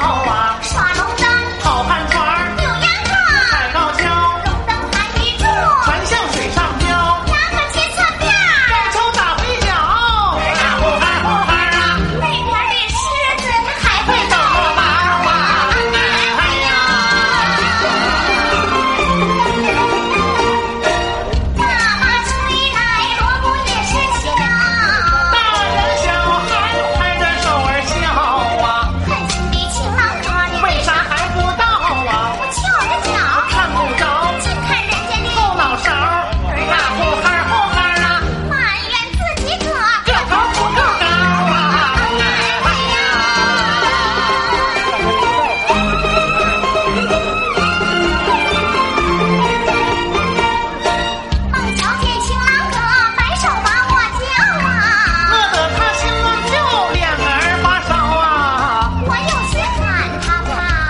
啊啊啊啊啊啊啊啊啊哎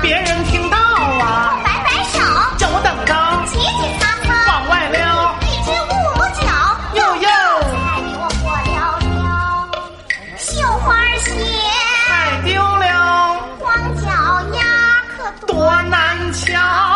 别人听到啊，摆摆手，就等着齐齐擦擦，往外撩，一只五角，又又菜比我火燎燎。绣花鞋，太丢了，光脚丫，可多难瞧。